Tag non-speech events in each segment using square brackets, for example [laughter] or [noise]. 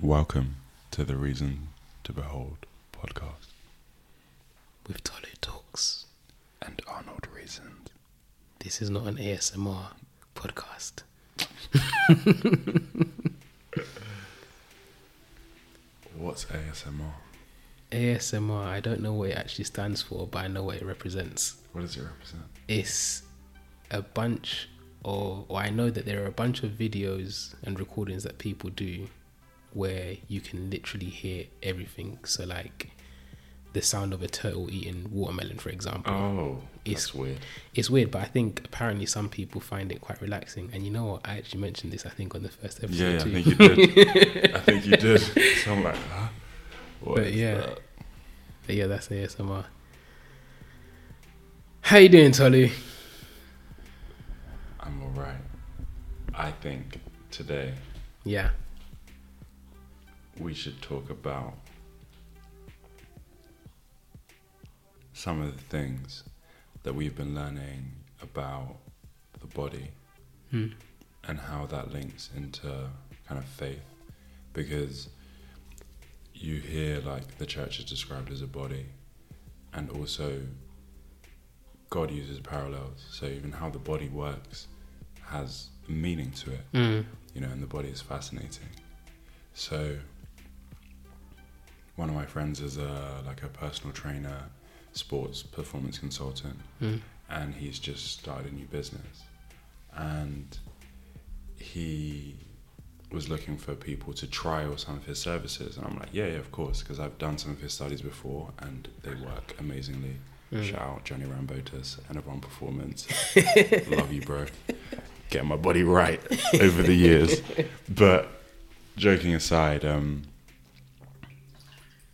Welcome to the Reason to Behold podcast with Tolu Talks. and Arnold Reasons. This is not an ASMR podcast. What's ASMR? ASMR, I don't know what it actually stands for, but I know what it represents. What does it represent? It's a bunch of, or I know that there are a bunch of videos and recordings that people do where you can literally hear everything. So, like the sound of a turtle eating watermelon, for example. Oh, It's- it's weird. It's weird, but I think apparently some people find it quite relaxing. And you know what? I actually mentioned this, I think, on the first episode Yeah, yeah, I too. [laughs] think you did. I think you did. So I'm like, huh? What But is yeah. that? But yeah, that's ASMR. How you doing, Tolu? I'm alright. I think today Yeah. we should talk about some of the things that we've been learning about the body Hmm. and how that links into kind of faith because you hear like the church is described as a body and also god uses parallels so even how the body works has meaning to it Mm. you know, and the body is fascinating. So, one of my friends is a like a personal trainer, sports performance consultant, Mm. and he's just started a new business, and he was looking for people to trial some of his services, and I'm like, yeah, yeah, of course, because I've done some of his studies before, and they work amazingly. Mm. Shout out Johnny Rambotus and everyone performance. Love you, bro. Get my body right over the years. But joking aside, um,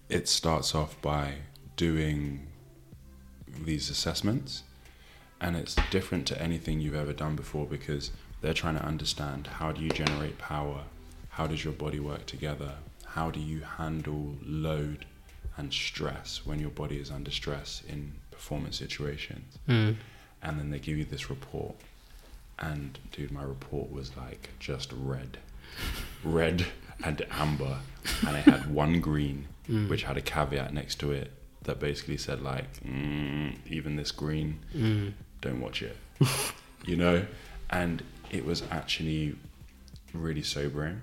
it starts off by doing these assessments, and it's different to anything you've ever done before because they're trying to understand how do you generate power, how does your body work together, how do you handle load and stress when your body is under stress in performance situations Mm. and then they give you this report. And dude, my report was like just red, red and amber, and I had one green, Mm. which had a caveat next to it that basically said like, mm, even this green, Mm. don't watch it, [laughs] you know. And it was actually really sobering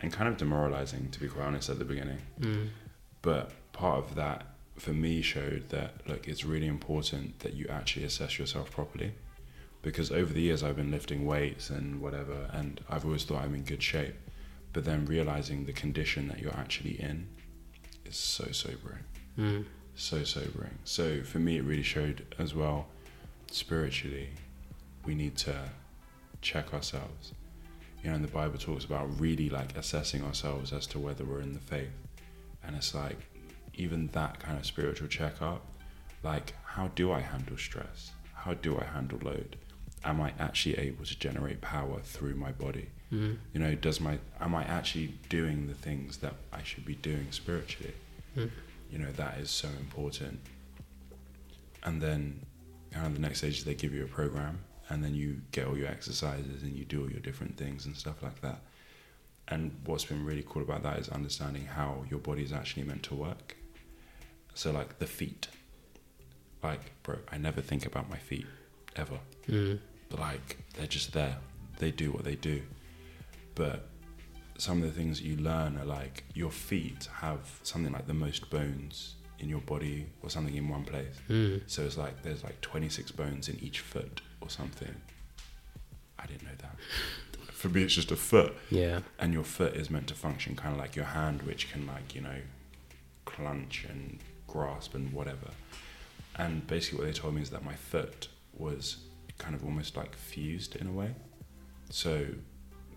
and kind of demoralizing, to be quite honest, at the beginning Mm. but part of that for me showed that look it's really important that you actually assess yourself properly because over the years i've been lifting weights and whatever and i've always thought i'm in good shape but then realizing the condition that you're actually in is so sobering Mm. so sobering. So for me, it really showed as well spiritually, we need to check ourselves. You know, and the Bible talks about really like assessing ourselves as to whether we're in the faith. And it's like, even that kind of spiritual checkup, like, how do I handle stress? How do I handle load? Am I actually able to generate power through my body? Mm. you know does my am i actually doing the things that i should be doing spiritually Mm. you know that is so important and then kind of the next stage is they give you a program and then you get all your exercises and you do all your different things and stuff like that and what's been really cool about that is understanding how your body is actually meant to work so like the feet like bro i never think about my feet ever Mm. but like they're just there. They do what they do. But some of the things that you learn are like your feet have something like the most bones in your body or something in one place. Mm. So it's like there's like 26 bones in each foot or something. I didn't know that. For me, it's just a foot. Yeah. And your foot is meant to function kind of like your hand, which can like, you know, clunch and grasp and whatever. And basically, what they told me is that my foot was kind of almost like fused in a way. So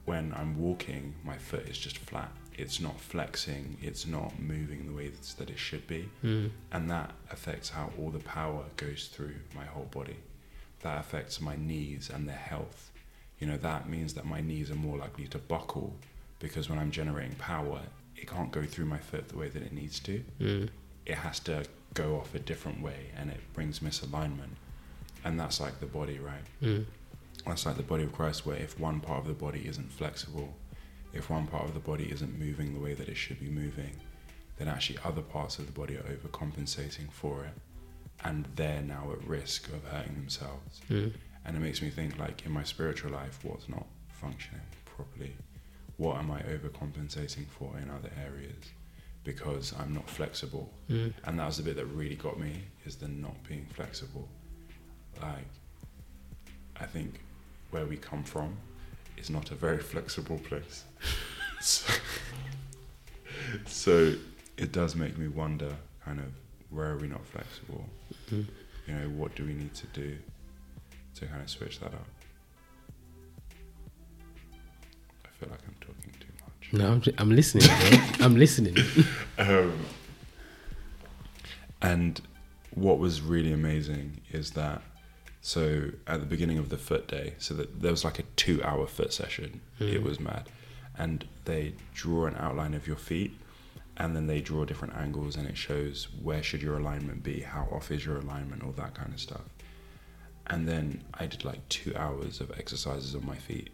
when I'm walking, my foot is just flat. It's not flexing, it's not moving the way that's- that it should be. Mm. And that affects how all the power goes through my whole body. That affects my knees and their health. You know, that means that my knees are more likely to buckle because when I'm generating power, it can't go through my foot the way that it needs to Mm. it has to go off a different way and it brings misalignment. And that's like the body, right? Mm. That's like the body of Christ, where if one part of the body isn't flexible, if one part of the body isn't moving the way that it should be moving, then actually other parts of the body are overcompensating for it and they're now at risk of hurting themselves. Mm. And it makes me think, like, in my spiritual life, what's not functioning properly? What am I overcompensating for in other areas? Because I'm not flexible. Mm. And that was the bit that really got me is the not being flexible. Like, I think where we come from is not a very flexible place. [laughs] so, so it does make me wonder kind of where are we not flexible? Mhm. You know, what do we need to do to kind of switch that up? I feel like I'm talking too much. No, I'm, just, I'm listening. bro. I'm listening. Um, and what was really amazing is that so at the beginning of the foot day, so that there was like a two-hour foot session. Mm. It was mad, and they draw an outline of your feet, and then they draw different angles, and it shows where should your alignment be, how off is your alignment, all that kind of stuff. And then I did like two hours of exercises on my feet.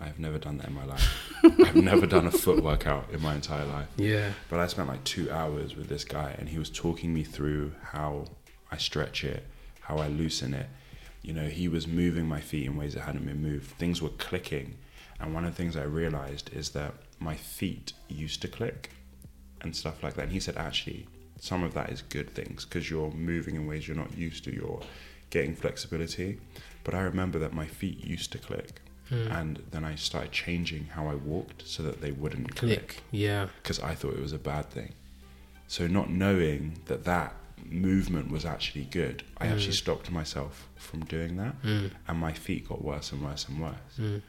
I've never done that in my life. I've never done a foot workout in my entire life. Yeah. But I spent like two hours with this guy, and he was talking me through how I stretch it, how I loosen it. You know, he was moving my feet in ways that hadn't been moved. Things were clicking. And one of the things I realized is that my feet used to click and stuff like that. And he said, actually, some of that is good things because you're moving in ways you're not used to. You're getting flexibility. But I remember that my feet used to click. Mm. And then I started changing how I walked so that they wouldn't click Click. Yeah. because I thought it was a bad thing. So not knowing that that movement was actually good, I Mm. actually stopped myself from doing that, Mm. and my feet got worse and worse and worse. Mm.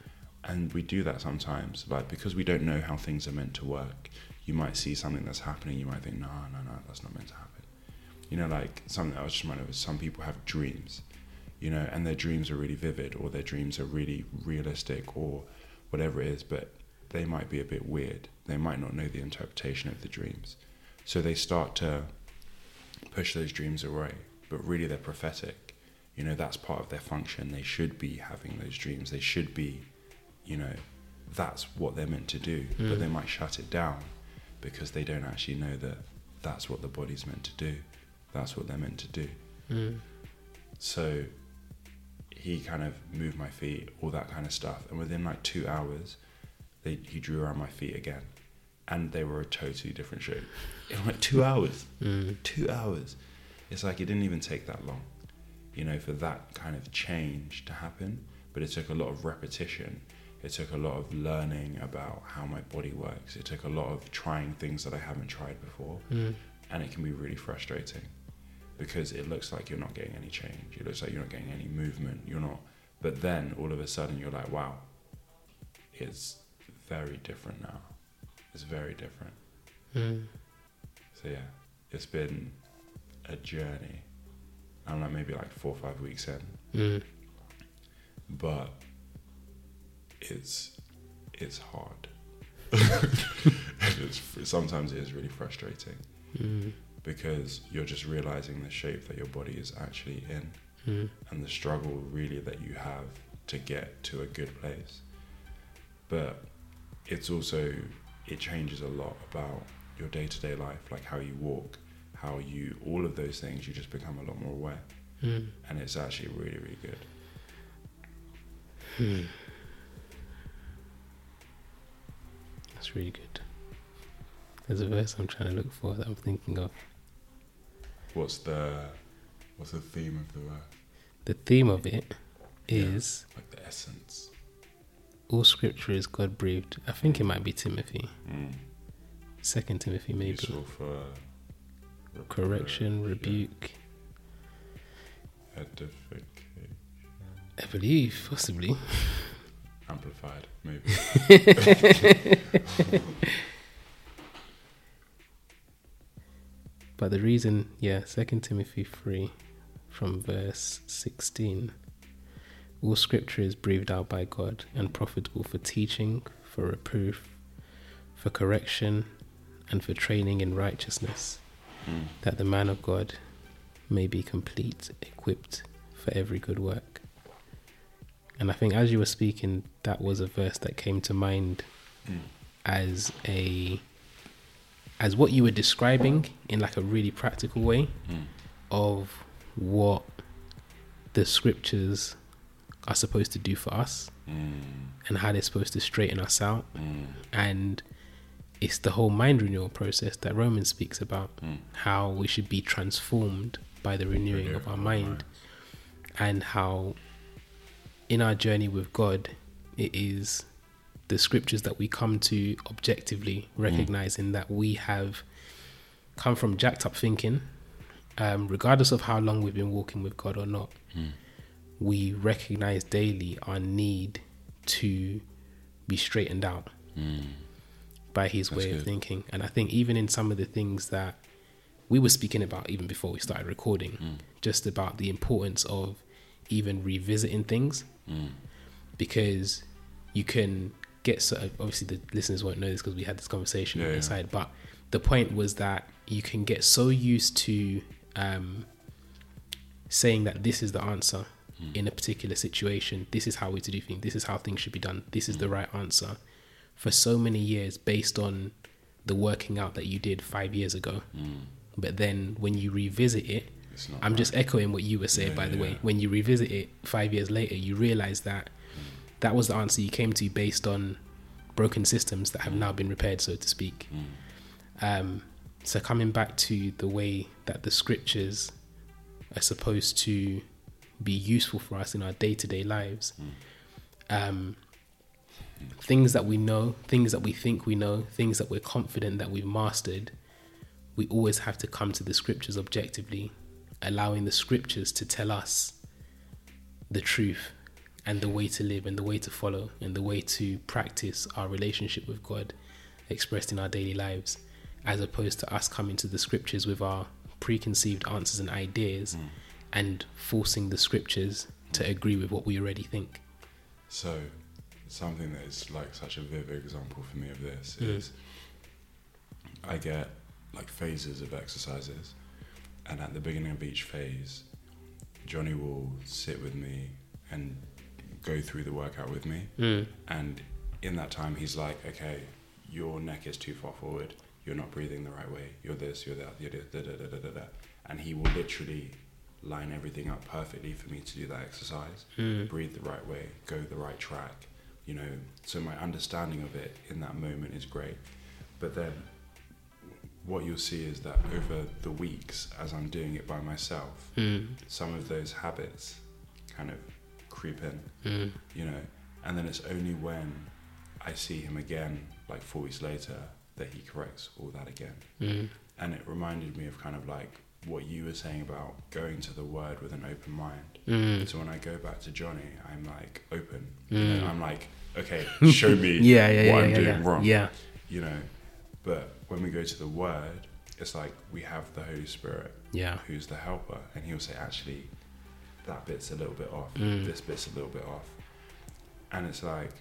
And we do that sometimes, like because we don't know how things are meant to work. You might see something that's happening, you might think, no, no, no, that's not meant to happen. You know, like something that I was just reminded of is some people have dreams, you know, and their dreams are really vivid or their dreams are really realistic or whatever it is, but they might be a bit weird. They might not know the interpretation of the dreams. So they start to push those dreams away, but really they're prophetic. You know, that's part of their function. They should be having those dreams. They should be, you know, that's what they're meant to do, Mm. but they might shut it down because they don't actually know that that's what the body's meant to do. That's what they're meant to do. Mm. So he kind of moved my feet, all that kind of stuff. And within like two hours, they, he drew around my feet again. And they were a totally different shape. In like two hours, Mm. two hours. It's like it didn't even take that long, you know, for that kind of change to happen. But it took a lot of repetition. It took a lot of learning about how my body works. It took a lot of trying things that I haven't tried before Mm. and it can be really frustrating because it looks like you're not getting any change it looks like you're not getting any movement you're not but then all of a sudden you're like wow it's very different now it's very different Mm. so yeah it's been a journey i'm like maybe like four or five weeks in Mm. but it's it's hard [laughs] it's, sometimes it is really frustrating Mm. because you're just realizing the shape that your body is actually in Mm. and the struggle really that you have to get to a good place. But it's also, it changes a lot about your day to day life, like how you walk, how you, all of those things, you just become a lot more aware. Mm. And it's actually really, really good. Hmm. That's really good. There's a verse I'm trying to look for that I'm thinking of. What's the, what's the theme of the word? The theme of it Yeah. is Like the essence. all scripture is God breathed. I think it might be Timothy, Mm. Second Timothy, maybe. Useful for reproof, Correction, yeah, rebuke. Edification. I believe, possibly. Amplified, maybe. But the reason, yeah, Second Timothy three, from verse sixteen. All Scripture is breathed out by God and profitable for teaching, for reproof, for correction, and for training in righteousness, Mm. that the man of God may be complete, equipped for every good work. And I think as you were speaking, that was a verse that came to mind Mm. as a as what you were describing in like a really practical way Mm. of what the scriptures are supposed to do for us Mm, and how they're supposed to straighten us out mm, and it's the whole mind renewal process that Romans speaks about mm. how we should be transformed by the renewing Renewing of our of our mind and how in our journey with God it is the scriptures that we come to objectively recognizing that we have come from jacked up thinking um, regardless of how long we've been walking with God or not we recognize daily our need to be straightened out mm. by his way of good. thinking. And I think even in some of the things that we were speaking about even before we started recording, just about the importance of even revisiting things because you can get sort of obviously the listeners won't know this because we had this conversation Yeah, on the yeah. side, but the point was that you can get so used to um, saying that this is the answer Hmm. in a particular situation, this is how we to do things, this is how things should be done, this is the Hmm. right answer for so many years based on the working out that you did five years ago. But then when you revisit it, Mm. It's not I'm just echoing what you were saying, Yeah, by the yeah, way. yeah. When you revisit it five years later, you realize that that was the answer you came to based on broken systems that have Mm. now been repaired, so to speak. Um, so, coming back to the way that the scriptures are supposed to be useful for us in our day to day lives, um, things that we know, things that we think we know, things that we're confident that we've mastered, we always have to come to the scriptures objectively, allowing the scriptures to tell us the truth and the way to live and the way to follow and the way to practice our relationship with God expressed in our daily lives, as opposed to us coming to the scriptures with our preconceived answers and ideas Mm. and forcing the scriptures to agree with what we already think. So, something that is like such a vivid example for me of this Mm. is I get like phases of exercises, and at the beginning of each phase, Johnny will sit with me and go through the workout with me. Mm, And in that time, he's like, okay, your neck is too far forward. You're not breathing the right way. You're this, you're that, you're da da da da da da. And he will literally line everything up perfectly for me to do that exercise. Breathe the right way, go the right track. You know, so my understanding of it in that moment is great. But then what you'll see is that over the weeks, as I'm doing it by myself, Hmm. mm, some of those habits kind of creep in mm, you know and then it's only when i see him again like four weeks later that he corrects all that again mm, and it reminded me of kind of like what you were saying about going to the word with an open mind mm. so when i go back to johnny i'm like open you know, i'm like okay show me Yeah, yeah, yeah. what i'm yeah, doing yeah. wrong Yeah. you know but when we go to the word it's like we have the holy spirit Yeah. who's the helper, and he'll say, actually, that bit's a little bit off, Mm. this bit's a little bit off. And it's like,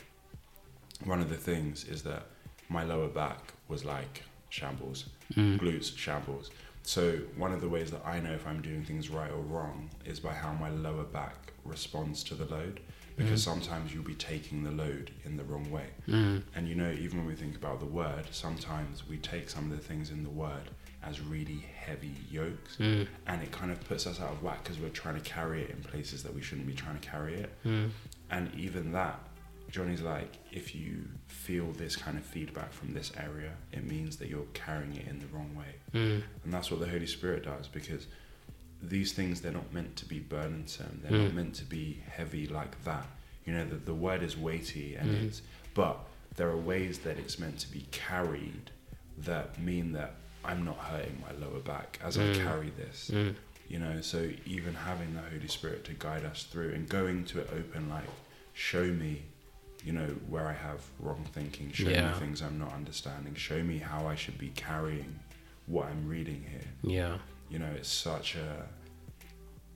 one of the things is that my lower back was like shambles, Mm. glutes, shambles. So, one of the ways that I know if I'm doing things right or wrong is by how my lower back responds to the load. Because sometimes you'll be taking the load in the wrong way. Mm. And you know, even when we think about the word, sometimes we take some of the things in the word as really heavy yokes Mm. and it kind of puts us out of whack because we're trying to carry it in places that we shouldn't be trying to carry it. Mm. And even that, Johnny's like, if you feel this kind of feedback from this area, it means that you're carrying it in the wrong way. Mm. And that's what the Holy Spirit does because these things, they're not meant to be burdensome, they're Mm. not meant to be heavy like that. You know, the, the word is weighty and Mm. it's, but there are ways that it's meant to be carried that mean that I'm not hurting my lower back as Mm. I carry this Mm. you know so even having the holy spirit to guide us through and going to it open like show me you know where i have wrong thinking show Yeah. me things i'm not understanding show me how i should be carrying what i'm reading here Yeah. you know it's such a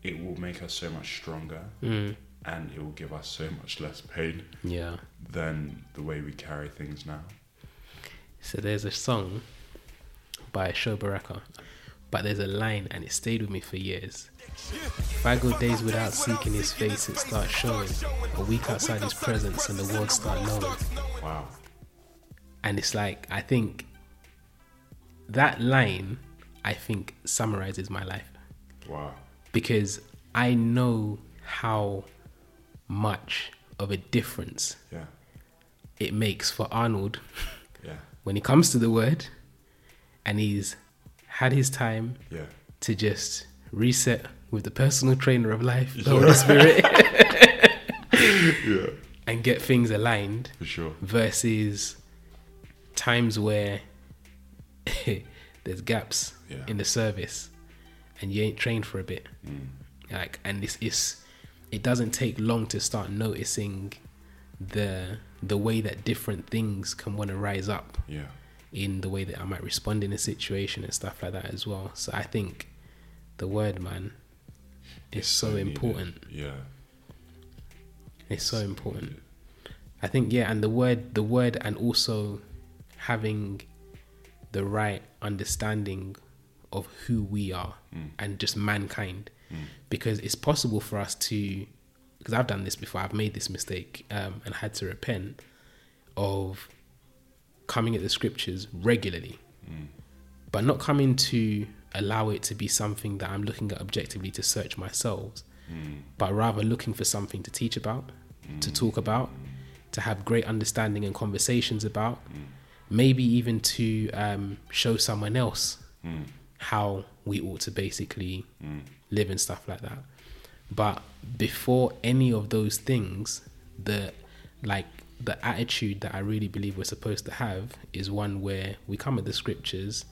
it will make us so much stronger Mm. and it will give us so much less pain Yeah. than the way we carry things now So there's a song by Shobaraka, but there's a line and it stayed with me for years. If I go days without seeking his face, it starts showing. A week outside his presence and the world start knowing. wow And it's like, I think that line, I think, summarizes my life Wow. because I know how much of a difference Yeah. it makes for Arnold Yeah. when he comes to the word and he's had his time Yeah. to just reset with the personal trainer of life, the Holy Spirit, Yeah. and get things aligned For sure. versus times where [laughs] there's gaps Yeah. in the service and you ain't trained for a bit. Like, and this is, it doesn't take long to start noticing the the way that different things can want to rise up Yeah. in the way that I might respond in a situation and stuff like that as well. So I think the word man is so, needed. important. Yeah. It's so important. I think yeah, and the word the word and also having the right understanding of who we are and just mankind because it's possible for us to because I've done this before I've made this mistake um, and had to repent of coming at the scriptures regularly but not coming to allow it to be something that I'm looking at objectively to search myself, Mm. but rather looking for something to teach about, to talk about, to have great understanding and conversations about, maybe even to um, show someone else how we ought to basically live and stuff like that. But before any of those things, the like the attitude that I really believe we're supposed to have is one where we come at the scriptures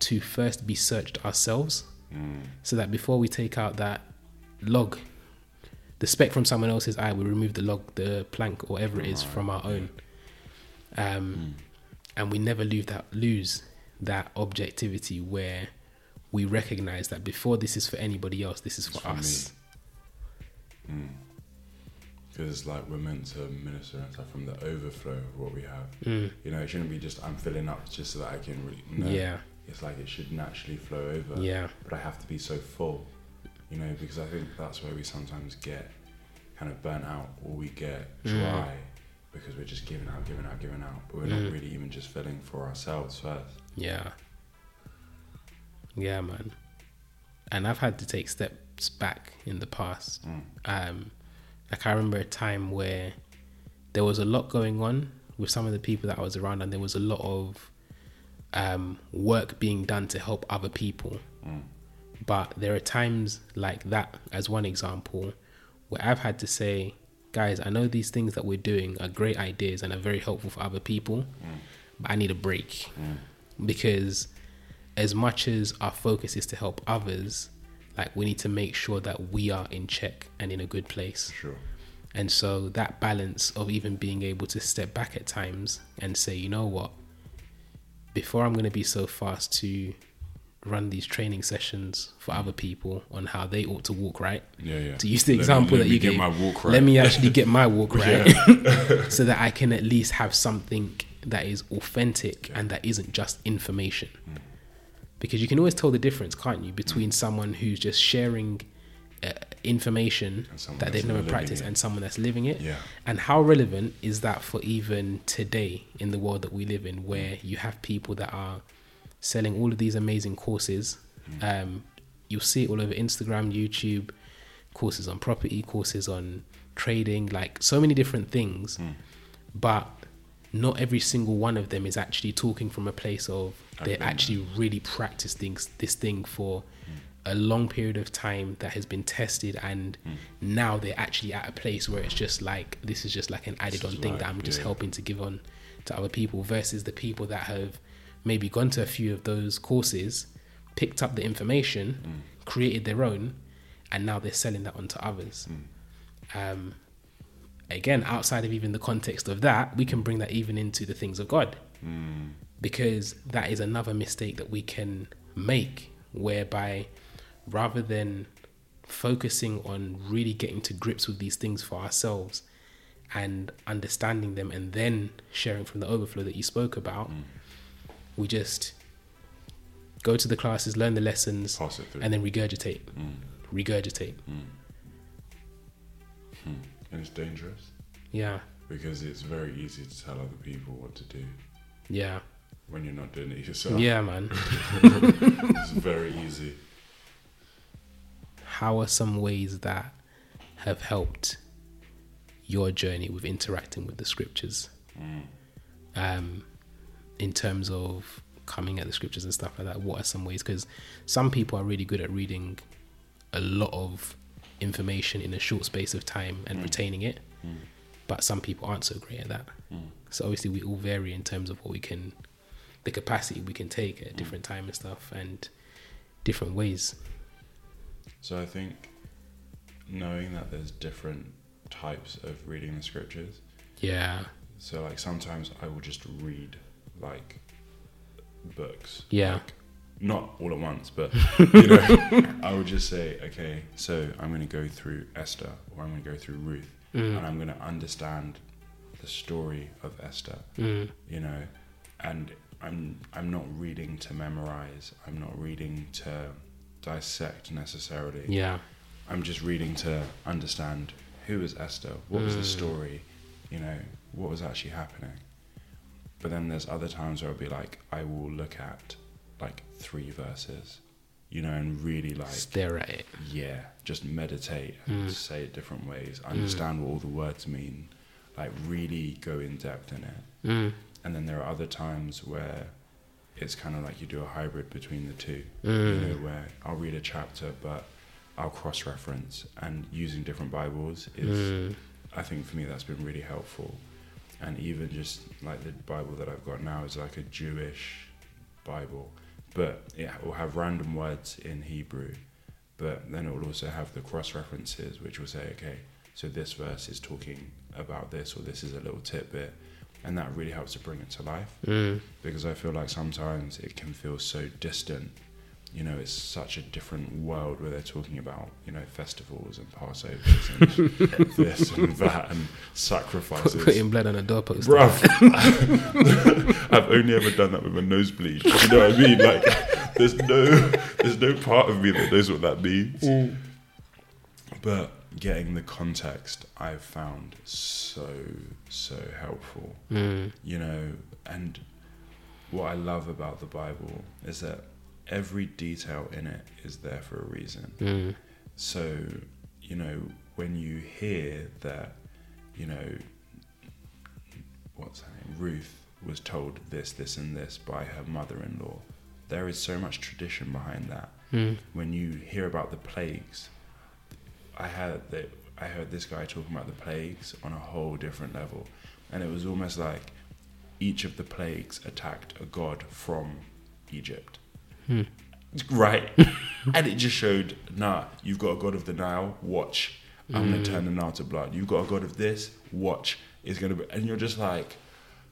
to first be searched ourselves, so that before we take out that log, the speck from someone else's eye, we remove the log, the plank, or whatever it is from our own, Mm. um, and we never lose that lose that objectivity where we recognize that before this is for anybody else, this is for, for us. Because Mm. like we're meant to minister and stuff from the overflow of what we have. Mm. You know, it shouldn't be just I'm filling up just so that I can really. No. Yeah, It's like it should naturally flow over. yeah, But I have to be so full, you know, because I think that's where we sometimes get kind of burnt out or we get Mm. dry because we're just giving out, giving out, giving out. But we're Mm. not really even just filling for ourselves first. yeah, yeah, man. And I've had to take steps back in the past Mm. um, like I remember a time where there was a lot going on with some of the people that I was around, and there was a lot of um, work being done to help other people. But there are times like that, as one example, where I've had to say, guys, I know these things that we're doing are great ideas and are very helpful for other people, but I need a break because as much as our focus is to help others, like we need to make sure that we are in check and in a good place. Sure. And so that balance of even being able to step back at times and say, you know what, before I'm going to be so fast to run these training sessions for other people on how they ought to walk right. Yeah, yeah. To use the Let me- example let that me you get gave, my walk right. let me actually get [laughs] my walk right, [laughs] so that I can at least have something that is authentic and that isn't just information Hmm. because you can always tell the difference, can't you, between someone who's just sharing uh, information And someone that they've that's never living practiced it. and someone that's living it. Yeah. And how relevant is that for even today in the world that we live in, where you have people that are selling all of these amazing courses? Um, you'll see it all over Instagram, YouTube, courses on property, courses on trading, like so many different things. But not every single one of them is actually talking from a place of I've they're been there. actually really practice things this thing for a long period of time that has been tested and now they're actually at a place where it's just like this is just like an added on is thing that life, I'm just yeah. helping to give on to other people versus the people that have maybe gone to a few of those courses, picked up the information, created their own, and now they're selling that on to others. Um, again, outside of even the context of that, we can bring that even into the things of God because that is another mistake that we can make whereby rather than focusing on really getting to grips with these things for ourselves and understanding them and then sharing from the overflow that you spoke about we just go to the classes learn the lessons Pass it through. and then regurgitate regurgitate and it's dangerous yeah because it's very easy to tell other people what to do. Yeah. when you're not doing it yourself. Yeah, man. It's very easy. How are some ways that have helped your journey with interacting with the scriptures? Mm. Um, in terms of coming at the scriptures and stuff like that, what are some ways? Because some people are really good at reading a lot of information in a short space of time and retaining it, but some people aren't so great at that. So obviously, we all vary in terms of what we can, the capacity we can take at different time and stuff, and different ways. So I think knowing that there's different types of reading the scriptures. Yeah, So like sometimes I will just read like books. yeah, Not all at once, but you know, I would just say, okay, so I'm going to go through Esther or I'm going to go through Ruth, Mm, and I'm going to understand the story of Esther. mm, you know and i'm i'm not reading to memorize i'm not reading to dissect necessarily yeah, i'm just reading to understand who was esther what was the Mm. story you know what was actually happening but then there's other times where i'll be like i will look at like three verses you know and really like stare at it. yeah just meditate and Mm. say it different ways understand what all the words mean like really go in depth in it Mm, and then there are other times where it's kind of like you do a hybrid between the two you know mm, where i'll read a chapter but i'll cross-reference and using different bibles is mm, i think for me that's been really helpful and even just like the bible that i've got now is like a jewish bible but it will have random words in hebrew but then it will also have the cross references which will say okay so this verse is talking about this or this is a little tidbit and that really helps to bring it to life mm, because I feel like sometimes it can feel so distant. You know, it's such a different world where they're talking about, you know, festivals and Passovers [laughs] and this and that and Put, sacrifices. putting blood on a doorpost. Bruv, [laughs] I've only ever done that with a nosebleed. You know what I mean? Like, there's no, there's no part of me that knows what that means. Mm. But getting the context, I've found so, so helpful Mm, you know and what i love about the bible is that every detail in it is there for a reason mm, so you know when you hear that you know what's her name ruth was told this this and this by her mother-in-law there is so much tradition behind that mm, when you hear about the plagues, I had that I heard this guy talking about the plagues on a whole different level, and it was almost like each of the plagues attacked a god from Egypt. Hmm. Right, and it just showed, nah, you've got a god of the Nile. Watch, I'm gonna turn the Nile to blood. You've got a god of this. Watch, it's gonna be, and you're just like,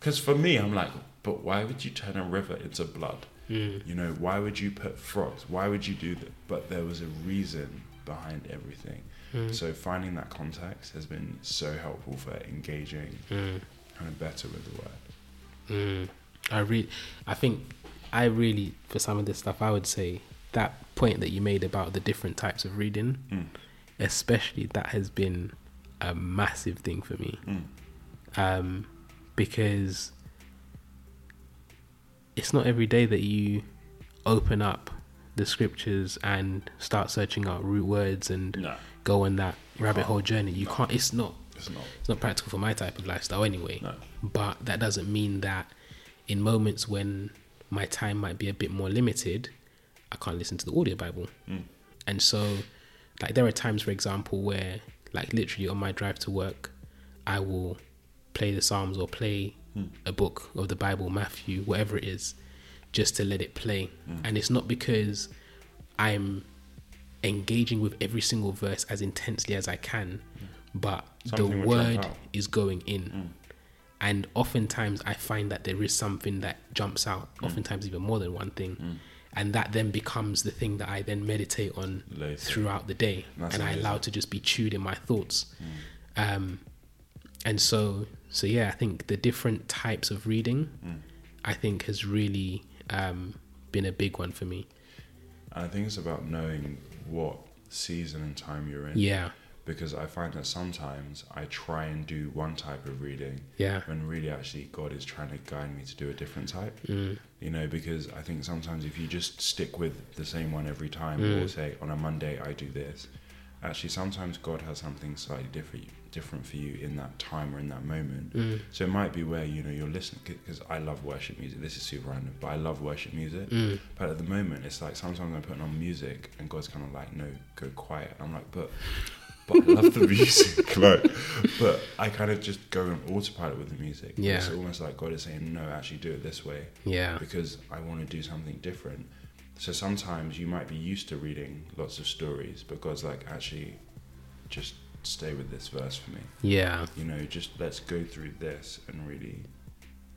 because for me, I'm like, but why would you turn a river into blood? mm, You know, why would you put frogs? Why would you do that? But there was a reason behind everything. mm, So finding that context has been so helpful for engaging mm. kind of better with the word. Mm, I really, I think, I really for some of this stuff, I would say that point that you made about the different types of reading, Mm. especially that has been a massive thing for me, Mm. um, because it's not every day that you open up the scriptures and start searching out root words and No, go on that rabbit can't. hole journey. You No. can't. It's not it's not. it's not practical for my type of lifestyle anyway. No. But that doesn't mean that in moments when my time might be a bit more limited, I can't listen to the audio Bible. And so, like, there are times, for example, where, like, literally on my drive to work, I will play the Psalms or play a book of the Bible, Matthew, whatever it is, just to let it play. And it's not because I'm engaging with every single verse as intensely as I can, but Something the will jump word out. is going in. And oftentimes I find that there is something that jumps out, Mm. oftentimes even more than one thing. And that then becomes the thing that I then meditate on Later. throughout the day. That's and I amazing. Mm. allow to just be chewed in my thoughts. Um, and so, so yeah, I think the different types of reading, Mm. I think has really um, been a big one for me. And I think it's about knowing what season and time you're in. Yeah. because I find that sometimes I try and do one type of reading Yeah. when really actually God is trying to guide me to do a different type. Mm. You know, because I think sometimes if you just stick with the same one every time, Mm. or say on a Monday I do this, actually sometimes God has something slightly different different for you in that time or in that moment. Mm. So it might be where you know you're listening because I love worship music. This is super random, but I love worship music. Mm. But at the moment, it's like sometimes I'm putting on music and God's kind of like, no, go quiet. I'm like, but, but I love the music. [laughs] like, but I kind of just go on autopilot with the music. Yeah. It's almost like God is saying, no, actually do it this way Yeah. because I want to do something different. So sometimes you might be used to reading lots of stories, but God's like, actually, just stay with this verse for me. Yeah. You know, just let's go through this and really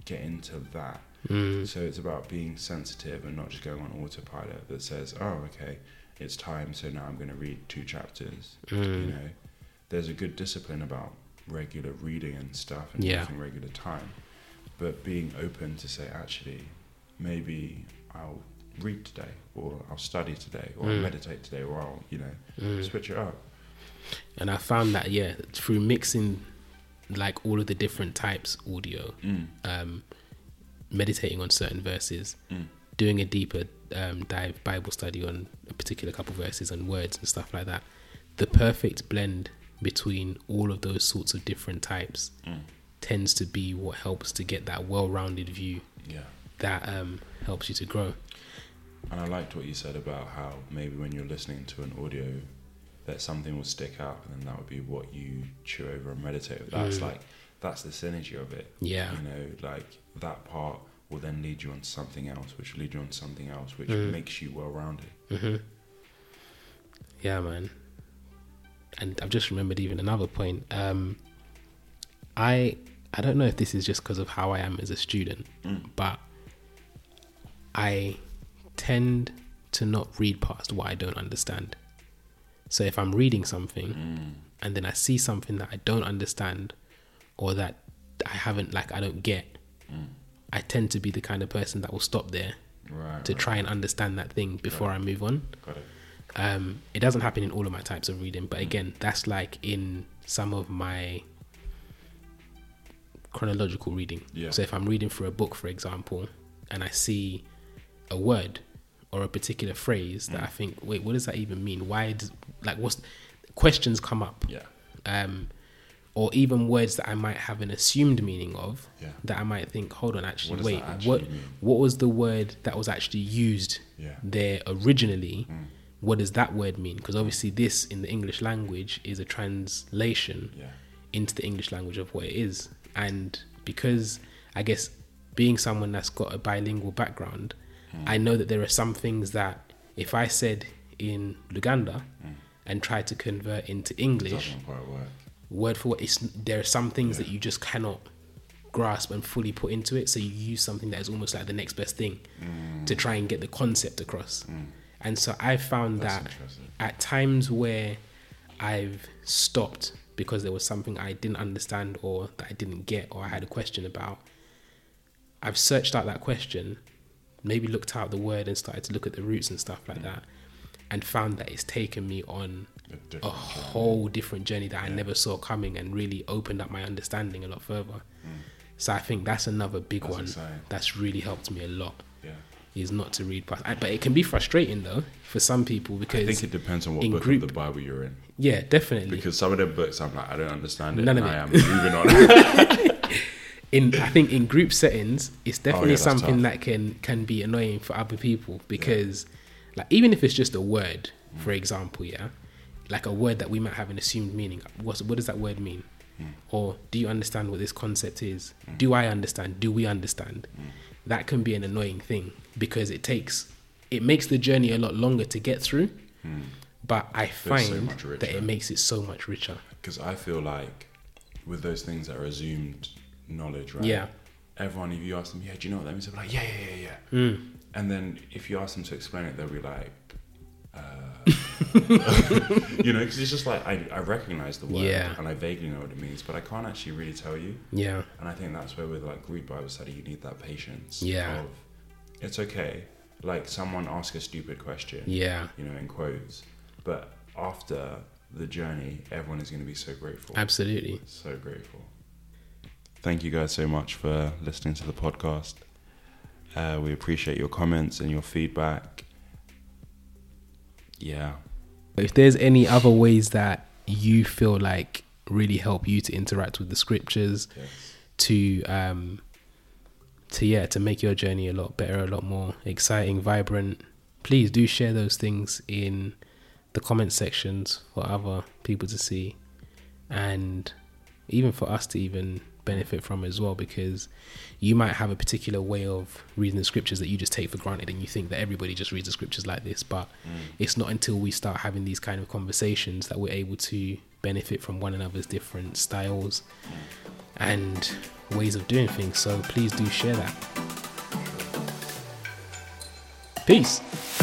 get into that. Mm. So it's about being sensitive and not just going on autopilot that says, oh, okay, it's time, so now I'm going to read two chapters. You Mm. know, there's a good discipline about regular reading and stuff and Yeah. taking regular time, but being open to say, actually, maybe I'll read today or I'll study today or I'll Mm. meditate today or I'll, you know, Mm. switch it up. And I found that yeah, through mixing like all of the different types audio, Mm. um, meditating on certain verses, Mm. doing a deeper um, dive Bible study on a particular couple verses and words and stuff like that. The perfect blend between all of those sorts of different types Mm. tends to be what helps to get that well-rounded view Yeah. that um, helps you to grow. And I liked what you said about how maybe when you're listening to an audio, that something will stick out, and then that would be what you chew over and meditate. With. That's Mm. like that's the synergy of it. Yeah, You know, like that part will then lead you on to something else, which will lead you on to something else, which Mm. makes you well-rounded. hmm yeah, man. And I've just remembered even another point. Um, I I don't know if this is just because of how I am as a student, Mm. but I tend to not read past what I don't understand. So if I'm reading something Mm. and then I see something that I don't understand or that I haven't like I don't get, Mm. I tend to be the kind of person that will stop there Right. to right. try and understand that thing before I move on. Got it. Um, it doesn't happen in all of my types of reading, but again, that's like in some of my chronological reading. Yeah. So if I'm reading through a book, for example, and I see a word or a particular phrase that I think, wait, what does that even mean? Why? Does, like, what's questions come up? Yeah. um, or even words that I might have an assumed meaning of Yeah. that I might think, hold on, actually, What does wait, that actually what mean? what was the word that was actually used Yeah. Mm. there originally? What does that word mean? Because obviously, this in the English language is a translation Yeah. into the English language of what it is, and because I guess being someone that's got a bilingual background, Mm. I know that there are some things that if I said in Luganda and tried to convert into English, Mm. Doesn't quite work. word for word. It's there are some things Yeah. that you just cannot grasp and fully put into it. So you use something that is almost like the next best thing Mm. to try and get the concept across. And so I found That's that interesting. at times where I've stopped because there was something I didn't understand or that I didn't get or I had a question about, I've searched out that question, maybe looked out the word and started to look at the roots and stuff Mm. like that, and found that it's taken me on A different a journey. whole different journey that I never saw coming and really opened up my understanding a lot further. So I think that's another big Mm. That's one exciting. that's really helped me a lot Yeah. is not to read past. I- But it can be frustrating though for some people I because think it depends on what in book group- of the Bible you're in. yeah, definitely. Because some of the books, I'm like, I don't understand it. None of and I am it. moving on. in I think in group settings, it's Oh, definitely that's something tough. that can can be annoying for other people because, like, even if it's just a word, for example, yeah, like a word that we might have an assumed meaning. What what does that word mean? Hmm. Or do you understand what this concept is? Do I understand? Do we understand? Hmm. That can be an annoying thing because it takes it makes the journey a lot longer to get through. But I Hmm. so find much that richer. it makes it so much richer. Because I feel like with those things that are assumed knowledge, right? Yeah. Everyone, if you ask them, yeah, do you know what that means? They'll be like, yeah, yeah, yeah, yeah. Mm. And then if you ask them to explain it, they'll be like, uh, [laughs] you know, because it's just like I, I recognize the word Yeah. and I vaguely know what it means, but I can't actually really tell you. Yeah. And I think that's where with like group Bible study, you need that patience. Yeah. Of, it's okay. Like someone ask a stupid question Yeah. you know, in quotes. But after the journey, everyone is going to be so grateful. Absolutely. So grateful. Thank you guys so much for listening to the podcast. Uh, we appreciate your comments and your feedback. Yeah. If there's any other ways that you feel like really help you to interact with the scriptures, Yes. to um to yeah to make your journey a lot better a lot more exciting vibrant please do share those things in the comment sections for other people to see and even for us to even benefit from as well because you might have a particular way of reading the scriptures that you just take for granted and you think that everybody just reads the scriptures like this but it's not until we start having these kind of conversations that we're able to benefit from one another's different styles and ways of doing things. So please do share that. Peace.